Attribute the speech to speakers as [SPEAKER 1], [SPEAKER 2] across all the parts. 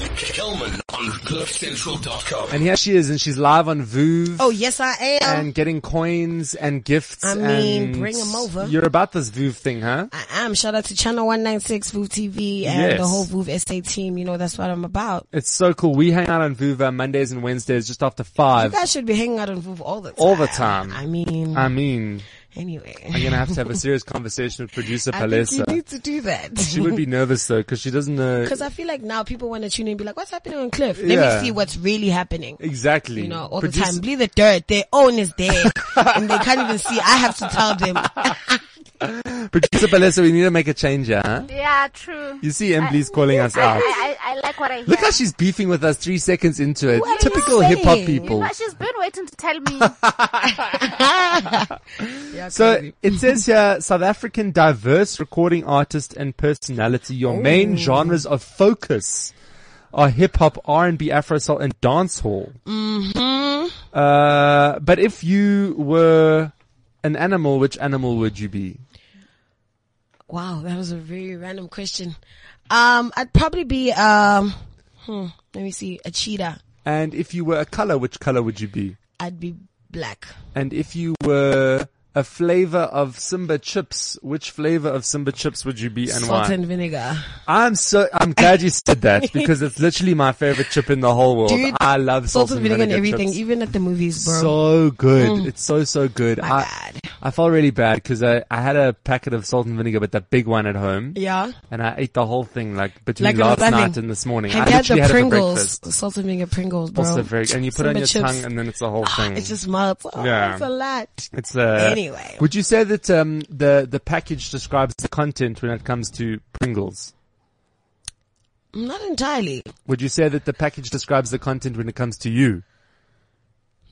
[SPEAKER 1] Kelman on CliffCentral.com.
[SPEAKER 2] And here she is, and she's live on Vuv
[SPEAKER 3] Oh, yes, I am.
[SPEAKER 2] and getting coins and gifts.
[SPEAKER 3] I mean,
[SPEAKER 2] and
[SPEAKER 3] bring 'em over.
[SPEAKER 2] You're about this Vuv thing, huh?
[SPEAKER 3] I am. Shout out to Channel 196, Voov TV, and
[SPEAKER 2] Yes.
[SPEAKER 3] the whole Voov SA team. You know, that's what I'm about.
[SPEAKER 2] It's so cool. We hang out on Vuv on Mondays and Wednesdays just after
[SPEAKER 3] You
[SPEAKER 2] five.
[SPEAKER 3] guys should be hanging out on Voov all the time.
[SPEAKER 2] All the time.
[SPEAKER 3] I mean,
[SPEAKER 2] I mean, I'm
[SPEAKER 3] anyway.
[SPEAKER 2] gonna have to have a serious conversation with producer
[SPEAKER 3] I think you
[SPEAKER 2] Palesa.
[SPEAKER 3] need to do that.
[SPEAKER 2] She would be nervous though, cause she doesn't know
[SPEAKER 3] Because I feel like now people want to tune in and be like, what's happening on Cliff? Let
[SPEAKER 2] Yeah.
[SPEAKER 3] me see what's really happening.
[SPEAKER 2] exactly.
[SPEAKER 3] You know, all
[SPEAKER 2] Producer-
[SPEAKER 3] the time. Bleed the dirt. Their own is there. and they can't even see. I have to tell them.
[SPEAKER 2] Producer Palesa, we need to make a change, here, huh?
[SPEAKER 4] Yeah, true.
[SPEAKER 2] You see Emily's calling us
[SPEAKER 4] I,
[SPEAKER 2] out.
[SPEAKER 4] I, I, I like what I hear.
[SPEAKER 2] uh, Look how she's beefing with us three seconds into it.
[SPEAKER 3] What are you
[SPEAKER 2] Typical hip hop
[SPEAKER 3] saying?
[SPEAKER 2] people.
[SPEAKER 4] But she's been waiting to tell me.
[SPEAKER 2] So it says here, South African diverse recording artist and personality. Your
[SPEAKER 3] Oh.
[SPEAKER 2] main genres of focus are hip hop, R and B, Afro soul, and dancehall. Mm-hmm.
[SPEAKER 3] Mm-hmm.
[SPEAKER 2] Uh, but if you were an animal, which animal would you be?
[SPEAKER 3] wow, that was a very random question. Um, I'd probably be, um, hmm, let me see, a cheetah.
[SPEAKER 2] And if you were a color, which color would you be?
[SPEAKER 3] I'd be black.
[SPEAKER 2] And if you were a flavor of Simba chips, which flavor of Simba chips would you be and
[SPEAKER 3] Salt
[SPEAKER 2] why?
[SPEAKER 3] and vinegar.
[SPEAKER 2] I'm so I'm glad you said that because it's literally my favorite chip in the whole world.
[SPEAKER 3] Dude,
[SPEAKER 2] I love
[SPEAKER 3] Salt,
[SPEAKER 2] salt,
[SPEAKER 3] and vinegar and everything,
[SPEAKER 2] chips.
[SPEAKER 3] even at the movies, bro.
[SPEAKER 2] So good. It's so so good. I
[SPEAKER 3] bad.
[SPEAKER 2] I felt really bad because I, I had a packet of salt and vinegar, but the big one at home,
[SPEAKER 3] yeah.
[SPEAKER 2] and I ate the whole thing like between
[SPEAKER 3] Like it was
[SPEAKER 2] last
[SPEAKER 3] nothing.
[SPEAKER 2] night and this morning.
[SPEAKER 3] Have
[SPEAKER 2] I
[SPEAKER 3] you had the
[SPEAKER 2] literally had it for
[SPEAKER 3] Pringles?
[SPEAKER 2] breakfast.
[SPEAKER 3] Salt and vinegar Pringles, bro.
[SPEAKER 2] Also very, and you put it on
[SPEAKER 3] Simba
[SPEAKER 2] your
[SPEAKER 3] chips.
[SPEAKER 2] tongue, and then it's the whole thing.
[SPEAKER 3] It just melts. Oh,
[SPEAKER 2] Yeah.
[SPEAKER 3] It's a lot.
[SPEAKER 2] It's uh,
[SPEAKER 3] Anyway.
[SPEAKER 2] Would you say that um, the the package describes the content when it comes to Pringles?
[SPEAKER 3] Mm, Not entirely.
[SPEAKER 2] Would you say that the package describes the content when it comes to you?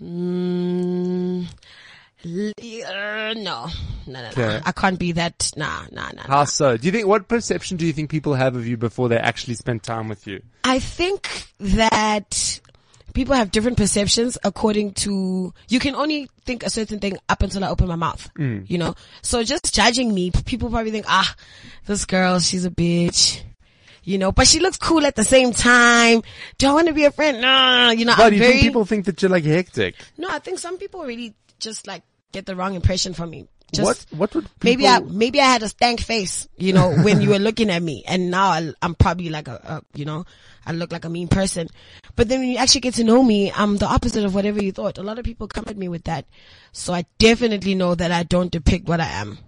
[SPEAKER 3] Mm, l- uh, no, no, no,
[SPEAKER 2] Okay.
[SPEAKER 3] no. I can't be that. Nah, nah, nah.
[SPEAKER 2] How so? Do you think what perception do you think people have of you before they actually spend time with you?
[SPEAKER 3] I think that people have different perceptions according to, you can only think a certain thing up until I open my mouth,
[SPEAKER 2] Mm.
[SPEAKER 3] you know? So just judging me, people probably think, ah, this girl, she's a bitch. You know, but she looks cool at the same time. Do I want to be a friend? No, you know,
[SPEAKER 2] But
[SPEAKER 3] I'm
[SPEAKER 2] do you
[SPEAKER 3] very,
[SPEAKER 2] think people think that you're like hectic?
[SPEAKER 3] no, I think some people really just like get the wrong impression from me. Just,
[SPEAKER 2] what what would people,
[SPEAKER 3] Maybe I maybe I had a stank face, you know, when you were looking at me, and now I, I'm probably like a, a, you know, I look like a mean person. But then when you actually get to know me, I'm the opposite of whatever you thought. A lot of people come at me with that, so I definitely know that I don't depict what I am.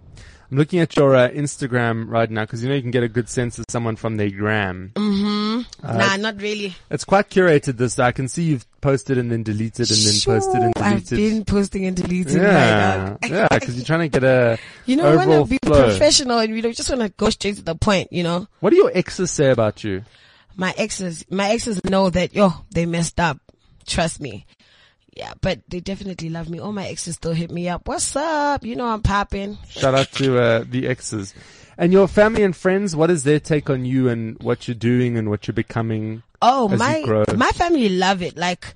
[SPEAKER 2] I'm looking at your uh, Instagram right now because you know you can get a good sense of someone from their gram.
[SPEAKER 3] Um,
[SPEAKER 2] Uh,
[SPEAKER 3] nah, not really.
[SPEAKER 2] It's quite curated. This I can see you've posted and then deleted and then posted and
[SPEAKER 3] Sure, I've
[SPEAKER 2] deleted.
[SPEAKER 3] been posting and deleting. my
[SPEAKER 2] yeah,
[SPEAKER 3] dog.
[SPEAKER 2] yeah, because you're trying to get a
[SPEAKER 3] You know, I
[SPEAKER 2] overall
[SPEAKER 3] want to be
[SPEAKER 2] flow.
[SPEAKER 3] professional, and we don't just want to go straight to the point. You know,
[SPEAKER 2] What do your exes say about you?
[SPEAKER 3] my exes, my exes know that yo, they messed up. Trust me. Yeah, but they definitely love me. All my exes still hit me up. What's up? You know I'm popping.
[SPEAKER 2] Shout out to uh, the exes. And your family and friends, what is their take on you and what you're doing and what you're becoming?
[SPEAKER 3] Oh
[SPEAKER 2] As you grow.
[SPEAKER 3] my, my family love it. Like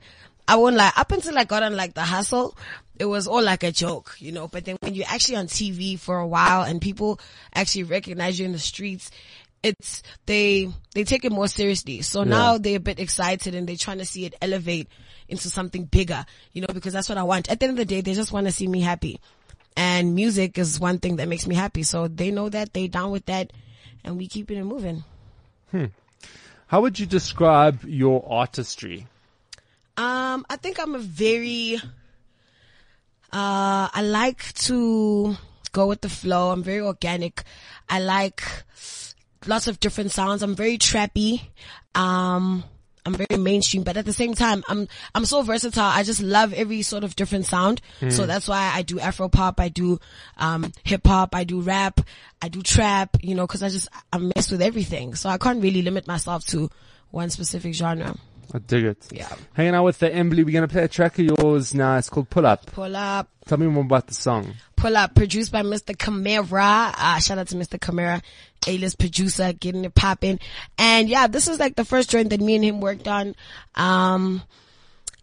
[SPEAKER 3] I won't lie. Up until I got on like the hustle, it was all like a joke, you know. But then when you're actually on TV for a while and people actually recognize you in the streets. It's they they take it more seriously. So now they're a bit excited and they're trying to see it elevate into something bigger, you know, because that's what I want. At the end of the day, they just want to see me happy. And music is one thing that makes me happy. So they know that, they down with that, and we keeping it moving.
[SPEAKER 2] How would you describe your artistry?
[SPEAKER 3] Um, I think I'm a very, uh, I like to go with the flow. I'm very organic. I like lots of different sounds. I'm very trappy. Um, I'm very mainstream, but at the same time, I'm, I'm so versatile. I just love every sort of different sound. So that's why I do Afro pop. I do, um, hip hop. I do rap. I do trap, you know, cause I just, I mess with everything. So I can't really limit myself to one specific genre.
[SPEAKER 2] I dig it.
[SPEAKER 3] Yeah.
[SPEAKER 2] Hanging out with the Emily, we're going to play a track of yours now. It's called Pull Up.
[SPEAKER 3] Pull up.
[SPEAKER 2] Tell me more about the song.
[SPEAKER 3] Pull Up, produced by Mr. Camara. Uh, shout out to Mr. Camara, A-list producer, getting it popping. And yeah, this is like the first joint that me and him worked on. Um,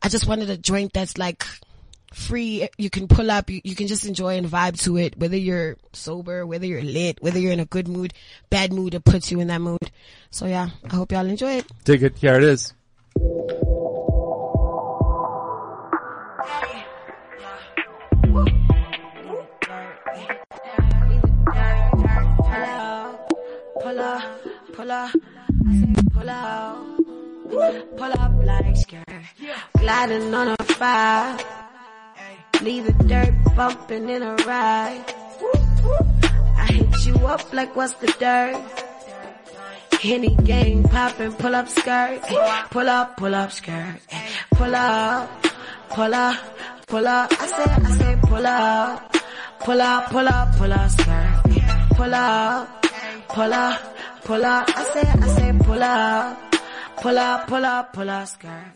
[SPEAKER 3] I just wanted a joint that's like free. You can pull up. You, you can just enjoy and vibe to it. Whether you're sober, whether you're lit, whether you're in a good mood, bad mood, it puts you in that mood. So yeah, I hope y'all enjoy it.
[SPEAKER 2] Dig it. Here it is.
[SPEAKER 5] Pull up, pull up, I say pull out. Pull up like skirt. Gliding on a five. Leave the dirt bumping in a ride. I hit you up like what's the dirt? Henny gang poppin', pull up skirt. Ay, Pull up, pull up skirt. Ay, Pull up, pull up, pull up. I said, I said pull up. Pull up, pull up, pull up skirt. Ay, Pull up, pull up, pull up. I said, I said pull up. Pull up, pull up, pull up skirt.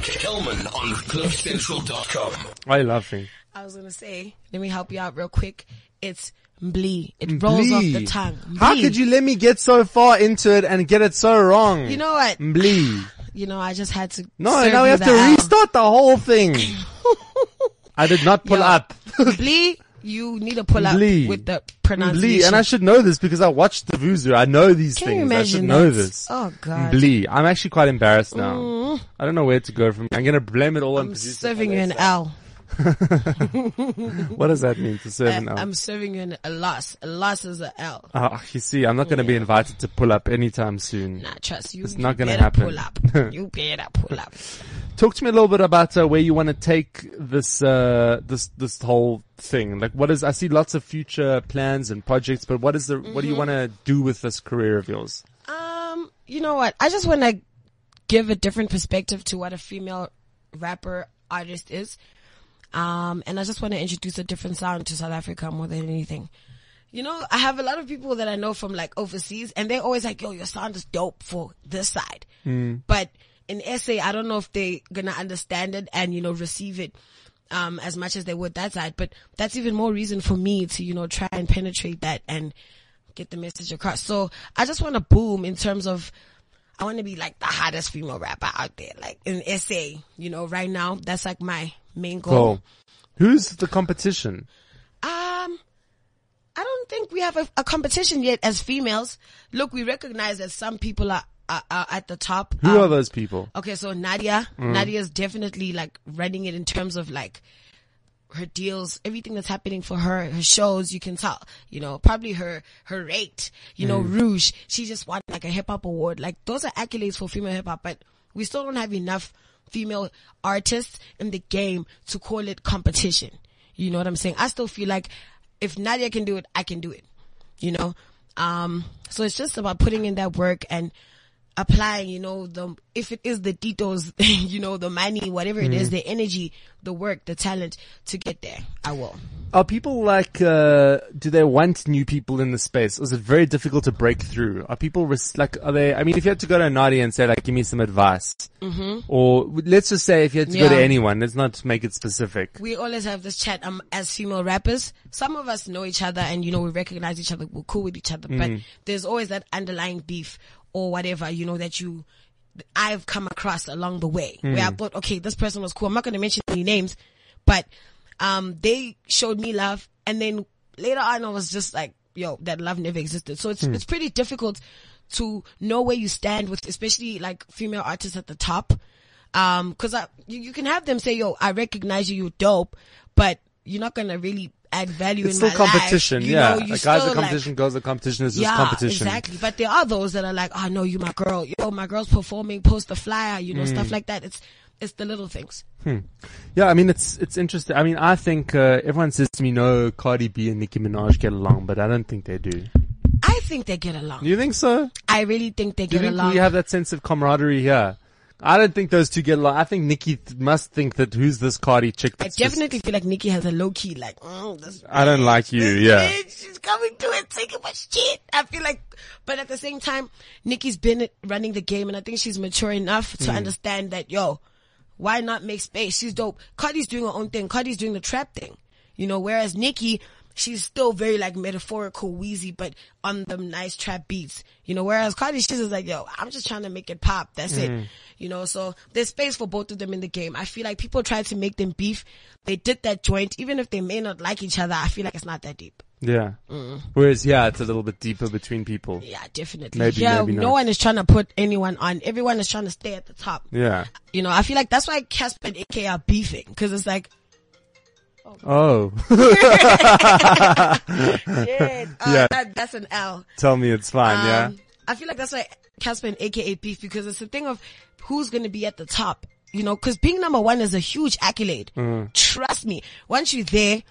[SPEAKER 1] Kelman on CliffCentral.com.
[SPEAKER 2] I love him.
[SPEAKER 3] I was gonna say, let me help you out real quick. It's mblee. It rolls off the
[SPEAKER 2] Blee.
[SPEAKER 3] tongue.
[SPEAKER 2] How
[SPEAKER 3] Mblee.
[SPEAKER 2] could you let me get so far into it and get it so wrong?
[SPEAKER 3] You know what?
[SPEAKER 2] Blee.
[SPEAKER 3] You know, I just had to.
[SPEAKER 2] No,
[SPEAKER 3] serve
[SPEAKER 2] now we
[SPEAKER 3] you
[SPEAKER 2] have
[SPEAKER 3] the
[SPEAKER 2] to
[SPEAKER 3] L.
[SPEAKER 2] restart the whole thing. I did not pull
[SPEAKER 3] Yo,
[SPEAKER 2] up.
[SPEAKER 3] Mblee, you need to pull up
[SPEAKER 2] Blee.
[SPEAKER 3] with the
[SPEAKER 2] Blee.
[SPEAKER 3] pronunciation.
[SPEAKER 2] And I should know this because I watched the Vuzu. I know these
[SPEAKER 3] Can you
[SPEAKER 2] things. I should
[SPEAKER 3] imagine
[SPEAKER 2] know
[SPEAKER 3] that?
[SPEAKER 2] this.
[SPEAKER 3] Oh, God. Mm.
[SPEAKER 2] Blee. I'm actually quite embarrassed now. I don't know where to go from. I'm going to blame it all on
[SPEAKER 3] I'm
[SPEAKER 2] producer
[SPEAKER 3] serving you
[SPEAKER 2] Alexa.
[SPEAKER 3] an L.
[SPEAKER 2] What does that mean to serve an L?
[SPEAKER 3] am serving you an, a loss. A loss is a L.
[SPEAKER 2] Ah, you see, I'm not going to be invited to pull up anytime soon.
[SPEAKER 3] Nah, trust you.
[SPEAKER 2] It's not
[SPEAKER 3] you
[SPEAKER 2] gonna
[SPEAKER 3] better
[SPEAKER 2] happen.
[SPEAKER 3] Pull up. you better pull up.
[SPEAKER 2] Talk to me a little bit about uh, where you want to take this uh, this this whole thing. Like, what is? I see lots of future plans and projects, but what is the? What do
[SPEAKER 3] Mm-hmm.
[SPEAKER 2] you want to do with this career of yours?
[SPEAKER 3] Um, you know what? I just want to give a different perspective to what a female rapper artist is. Um, and I just want to introduce a different sound to South Africa more than anything. You know, I have a lot of people that I know from like overseas and they're always like, yo, your sound is dope for this side. But in SA, I don't know if they're going to understand it and, you know, receive it, um, as much as they would that side. But that's even more reason for me to, you know, try and penetrate that and get the message across. So I just want to boom in terms of, I want to be like the hottest female rapper out there, like in SA, you know, right now. That's like my main goal.
[SPEAKER 2] Cool. Who's the competition?
[SPEAKER 3] Um, I don't think we have a, a competition yet as females. Look, we recognize that some people are, are, are at the top.
[SPEAKER 2] Who
[SPEAKER 3] Um,
[SPEAKER 2] are those people?
[SPEAKER 3] Okay, so Nadia, Nadia's definitely like running it in terms of like her deals, everything that's happening for her, her shows, you can tell, you know, probably her, her rate, you know, Rouge, she just won like a hip hop award. Like those are accolades for female hip hop, but we still don't have enough female artists in the game to call it competition. You know what I'm saying? I still feel like if Nadia can do it, I can do it, you know? Um, so it's just about putting in that work and applying, you know, the, if it is the titos, you know, the money, whatever it is, the energy, the work, the talent to get there. I will.
[SPEAKER 2] Are people like, uh, do they want new people in the space? Or is it very difficult to break through? Are people res- like, are they, I mean, if you had to go to Nadi and say like, give me some advice. Mm-hmm. Or w- let's just say if you had to go to
[SPEAKER 3] Yeah.
[SPEAKER 2] anyone, let's not make it specific.
[SPEAKER 3] We always have this chat, um, as female rappers. Some of us know each other and, you know, we recognize each other. We're cool with each other, but there's always that underlying beef or whatever, you know, that you, that I've come across along the way where I thought, okay, this person was cool. I'm not going to mention any names, but, um, they showed me love and then later on I was just like, yo, that love never existed. So it's, it's pretty difficult to know where you stand with, especially like female artists at the top. Um, cause I, you, you can have them say, yo, I recognize you, you're dope, but you're not gonna really add value
[SPEAKER 2] It's
[SPEAKER 3] in
[SPEAKER 2] still
[SPEAKER 3] my life.
[SPEAKER 2] competition.
[SPEAKER 3] You
[SPEAKER 2] yeah.
[SPEAKER 3] know,
[SPEAKER 2] Like,
[SPEAKER 3] you
[SPEAKER 2] guys
[SPEAKER 3] still,
[SPEAKER 2] are competition, girls are competition. It's
[SPEAKER 3] Like,
[SPEAKER 2] just
[SPEAKER 3] yeah,
[SPEAKER 2] competition.
[SPEAKER 3] exactly. But there are those that are like, oh no, you my girl. Yo, my girl's performing, post the flyer, you know,
[SPEAKER 2] Mm.
[SPEAKER 3] stuff like that. It's, it's the little things.
[SPEAKER 2] Yeah, I mean it's it's interesting. I mean, I think uh, everyone says to me, "No, Cardi B and Nicki Minaj get along," but I don't think they do.
[SPEAKER 3] I think they get along.
[SPEAKER 2] Do you think so?
[SPEAKER 3] I really think they
[SPEAKER 2] Do
[SPEAKER 3] get
[SPEAKER 2] you think
[SPEAKER 3] along.
[SPEAKER 2] we have that sense of camaraderie here? I don't think those two get along. I think Nikki th- must think that who's this Cardi chick?
[SPEAKER 3] I
[SPEAKER 2] That's just-
[SPEAKER 3] definitely feel like Nikki has a low key, like, mm, this
[SPEAKER 2] I don't like you. Yeah,
[SPEAKER 3] bitch, she's coming through and taking my shit. I feel like, but at the same time, Nikki's been running the game and I think she's mature enough to understand that, yo, why not make space? She's dope. Cardi's doing her own thing. Cardi's doing the trap thing, you know, whereas Nikki, she's still very like metaphorical wheezy, but on them nice trap beats, you know, whereas Cardi Shiz is like, yo, I'm just trying to make it pop. That's it. You know, so there's space for both of them in the game. I feel like people try to make them beef. They did that joint. Even if they may not like each other, I feel like it's not that deep.
[SPEAKER 2] Yeah.
[SPEAKER 3] Mm.
[SPEAKER 2] Whereas yeah, it's a little bit deeper between people.
[SPEAKER 3] Yeah, definitely.
[SPEAKER 2] Maybe,
[SPEAKER 3] yeah,
[SPEAKER 2] maybe
[SPEAKER 3] no
[SPEAKER 2] not.
[SPEAKER 3] one is trying to put anyone on. Everyone is trying to stay at the top.
[SPEAKER 2] Yeah.
[SPEAKER 3] You know, I feel like that's why Casper and AK are beefing because it's like,
[SPEAKER 2] Oh,
[SPEAKER 3] yeah,
[SPEAKER 2] Yeah.
[SPEAKER 3] eh, uh, that, that's an L.
[SPEAKER 2] tell me it's fine. yeah.
[SPEAKER 3] Um, I feel like that's why Casper and AKA beef because it's the thing of who's going to be at the top, you know, cause being number one is a huge accolade.
[SPEAKER 2] Mm.
[SPEAKER 3] Trust me. Once you're there,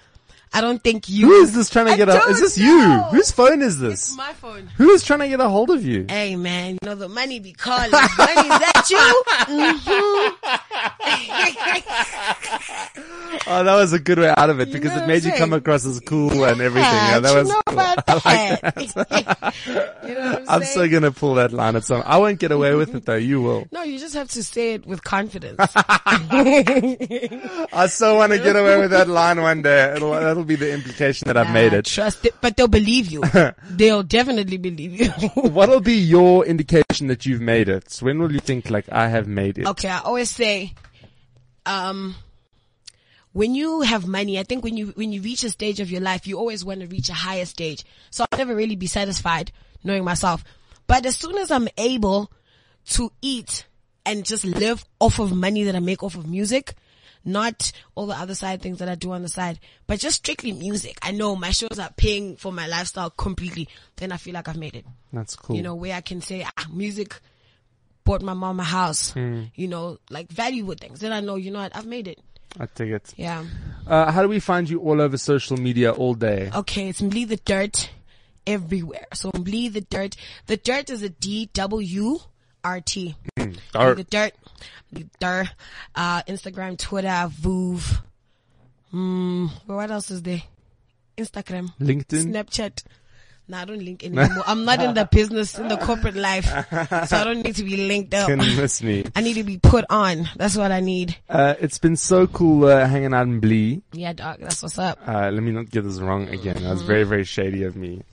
[SPEAKER 3] I don't think you.
[SPEAKER 2] Who is this trying to
[SPEAKER 3] I
[SPEAKER 2] get a?
[SPEAKER 3] don't
[SPEAKER 2] Is this you?
[SPEAKER 3] know.
[SPEAKER 2] Whose phone is this?
[SPEAKER 6] My phone.
[SPEAKER 2] Who is trying to get a hold of you?
[SPEAKER 3] Hey man, you know the money be calling. Money's at you. Mhm.
[SPEAKER 2] Oh, that was a good way out of it because
[SPEAKER 3] know
[SPEAKER 2] it
[SPEAKER 3] what
[SPEAKER 2] made you
[SPEAKER 3] I'm
[SPEAKER 2] come
[SPEAKER 3] saying?
[SPEAKER 2] across as cool and everything. Yeah,
[SPEAKER 3] you
[SPEAKER 2] that was.
[SPEAKER 3] know
[SPEAKER 2] cool.
[SPEAKER 3] about that. you know what I'm,
[SPEAKER 2] I'm
[SPEAKER 3] saying?
[SPEAKER 2] still gonna pull that line at some. I won't get away with it though. You will.
[SPEAKER 3] no, you just have to say it with confidence.
[SPEAKER 2] I so want to get away with that line one day. It'll, that'll be the implication that I've made
[SPEAKER 3] Nah,
[SPEAKER 2] it.
[SPEAKER 3] Trust it, but they'll believe you. they'll definitely believe you.
[SPEAKER 2] What'll be your indication that you've made it? When will you think like I have made it?
[SPEAKER 3] okay, I always say, um, when you have money, I think when you when you reach a stage of your life, you always want to reach a higher stage. So I'll never really be satisfied knowing myself. But as soon as I'm able to eat and just live off of money that I make off of music, not all the other side things that I do on the side, but just strictly music. I know my shows are paying for my lifestyle completely. Then I feel like I've made it
[SPEAKER 2] That's cool.
[SPEAKER 3] you know, where I can say, ah, music bought my mom a house,
[SPEAKER 2] Hmm.
[SPEAKER 3] you know, like valuable things. Then I know, you know what, I've made it.
[SPEAKER 2] I take it.
[SPEAKER 3] Yeah.
[SPEAKER 2] Uh, how do we find you all over social media all day?
[SPEAKER 3] Okay, it's Mlee the Dirt everywhere. So Mlee the Dirt. The Dirt is a D W R T.
[SPEAKER 2] Hmm. Or-
[SPEAKER 3] The Dirt. The Dirt. Uh, Instagram, Twitter, Voov. Hmm, well, what else is there? Instagram.
[SPEAKER 2] LinkedIn.
[SPEAKER 3] Snapchat. No, I don't link anymore. I'm not in the business, in the corporate life. So I don't need to be linked up.
[SPEAKER 2] Can miss me.
[SPEAKER 3] I need to be put on. That's what I need.
[SPEAKER 2] Uh, it's been so cool uh, hanging out in Blee.
[SPEAKER 3] Yeah, dog. That's what's up.
[SPEAKER 2] Uh, let me not get this wrong again. That
[SPEAKER 3] Mm-hmm.
[SPEAKER 2] was very, very shady of me.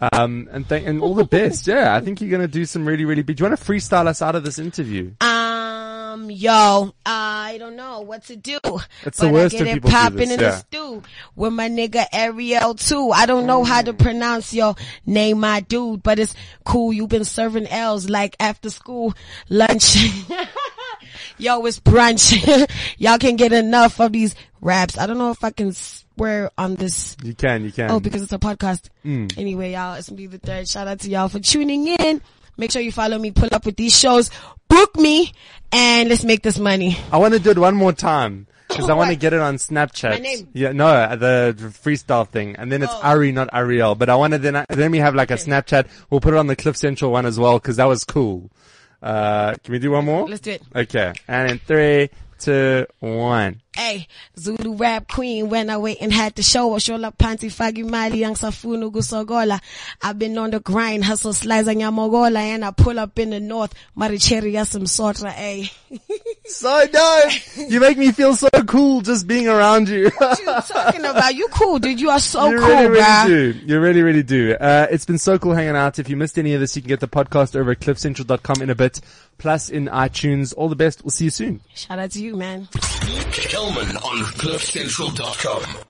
[SPEAKER 2] Um, and thank and all the best. Yeah, I think you're gonna do some really, really big. Do you want to freestyle us out of this interview?
[SPEAKER 3] Um, yo, I don't know what to do.
[SPEAKER 2] It's
[SPEAKER 3] but
[SPEAKER 2] the worst
[SPEAKER 3] I get
[SPEAKER 2] when
[SPEAKER 3] it
[SPEAKER 2] people do
[SPEAKER 3] popping
[SPEAKER 2] this,
[SPEAKER 3] in
[SPEAKER 2] yeah.
[SPEAKER 3] the stew with my nigga Ariel too. I don't know how to
[SPEAKER 2] Mm.
[SPEAKER 3] pronounce your name, my dude, but it's cool. You've been serving L's like after school lunch. yo, it's brunch. Y'all can get enough of these raps. I don't know if I can swear on this.
[SPEAKER 2] You can, you can.
[SPEAKER 3] Oh, because it's a podcast.
[SPEAKER 2] Mm.
[SPEAKER 3] Anyway, y'all, it's me the third. Shout out to y'all for tuning in. Make sure you follow me, pull up with these shows, book me, and let's make this money.
[SPEAKER 2] I want to do it one more time because I want to
[SPEAKER 3] What?
[SPEAKER 2] get it on Snapchat.
[SPEAKER 3] My name?
[SPEAKER 2] Yeah, no, the freestyle thing, and then it's
[SPEAKER 3] Oh.
[SPEAKER 2] Ari, not Ariel. But I want to then then we have like a Snapchat. We'll put it on the Cliff Central one as well because that was cool. Uh, can we do one more?
[SPEAKER 3] Let's do it.
[SPEAKER 2] Okay, and in three, two, one.
[SPEAKER 3] Hey, Zulu rap queen, when I wait and had to show up, Shola Panty, Fagi Mali, Yang Safunu, Gusogola. I've been on the grind, hustle slides, and Yamogola, and I pull up in the north, Maricheri, Yasim Sotra, hey.
[SPEAKER 2] So dope! you make me feel so cool just being around you.
[SPEAKER 3] What you talking about? You cool, dude. You are so
[SPEAKER 2] you
[SPEAKER 3] cool,
[SPEAKER 2] really, really
[SPEAKER 3] bruh.
[SPEAKER 2] do. You really, really do. Uh, it's been so cool hanging out. If you missed any of this, you can get the podcast over at cliffcentral.com in a bit, plus in iTunes. All the best. We'll see you soon.
[SPEAKER 3] Shout out to you, man.
[SPEAKER 1] Kelman on CliffCentral.com.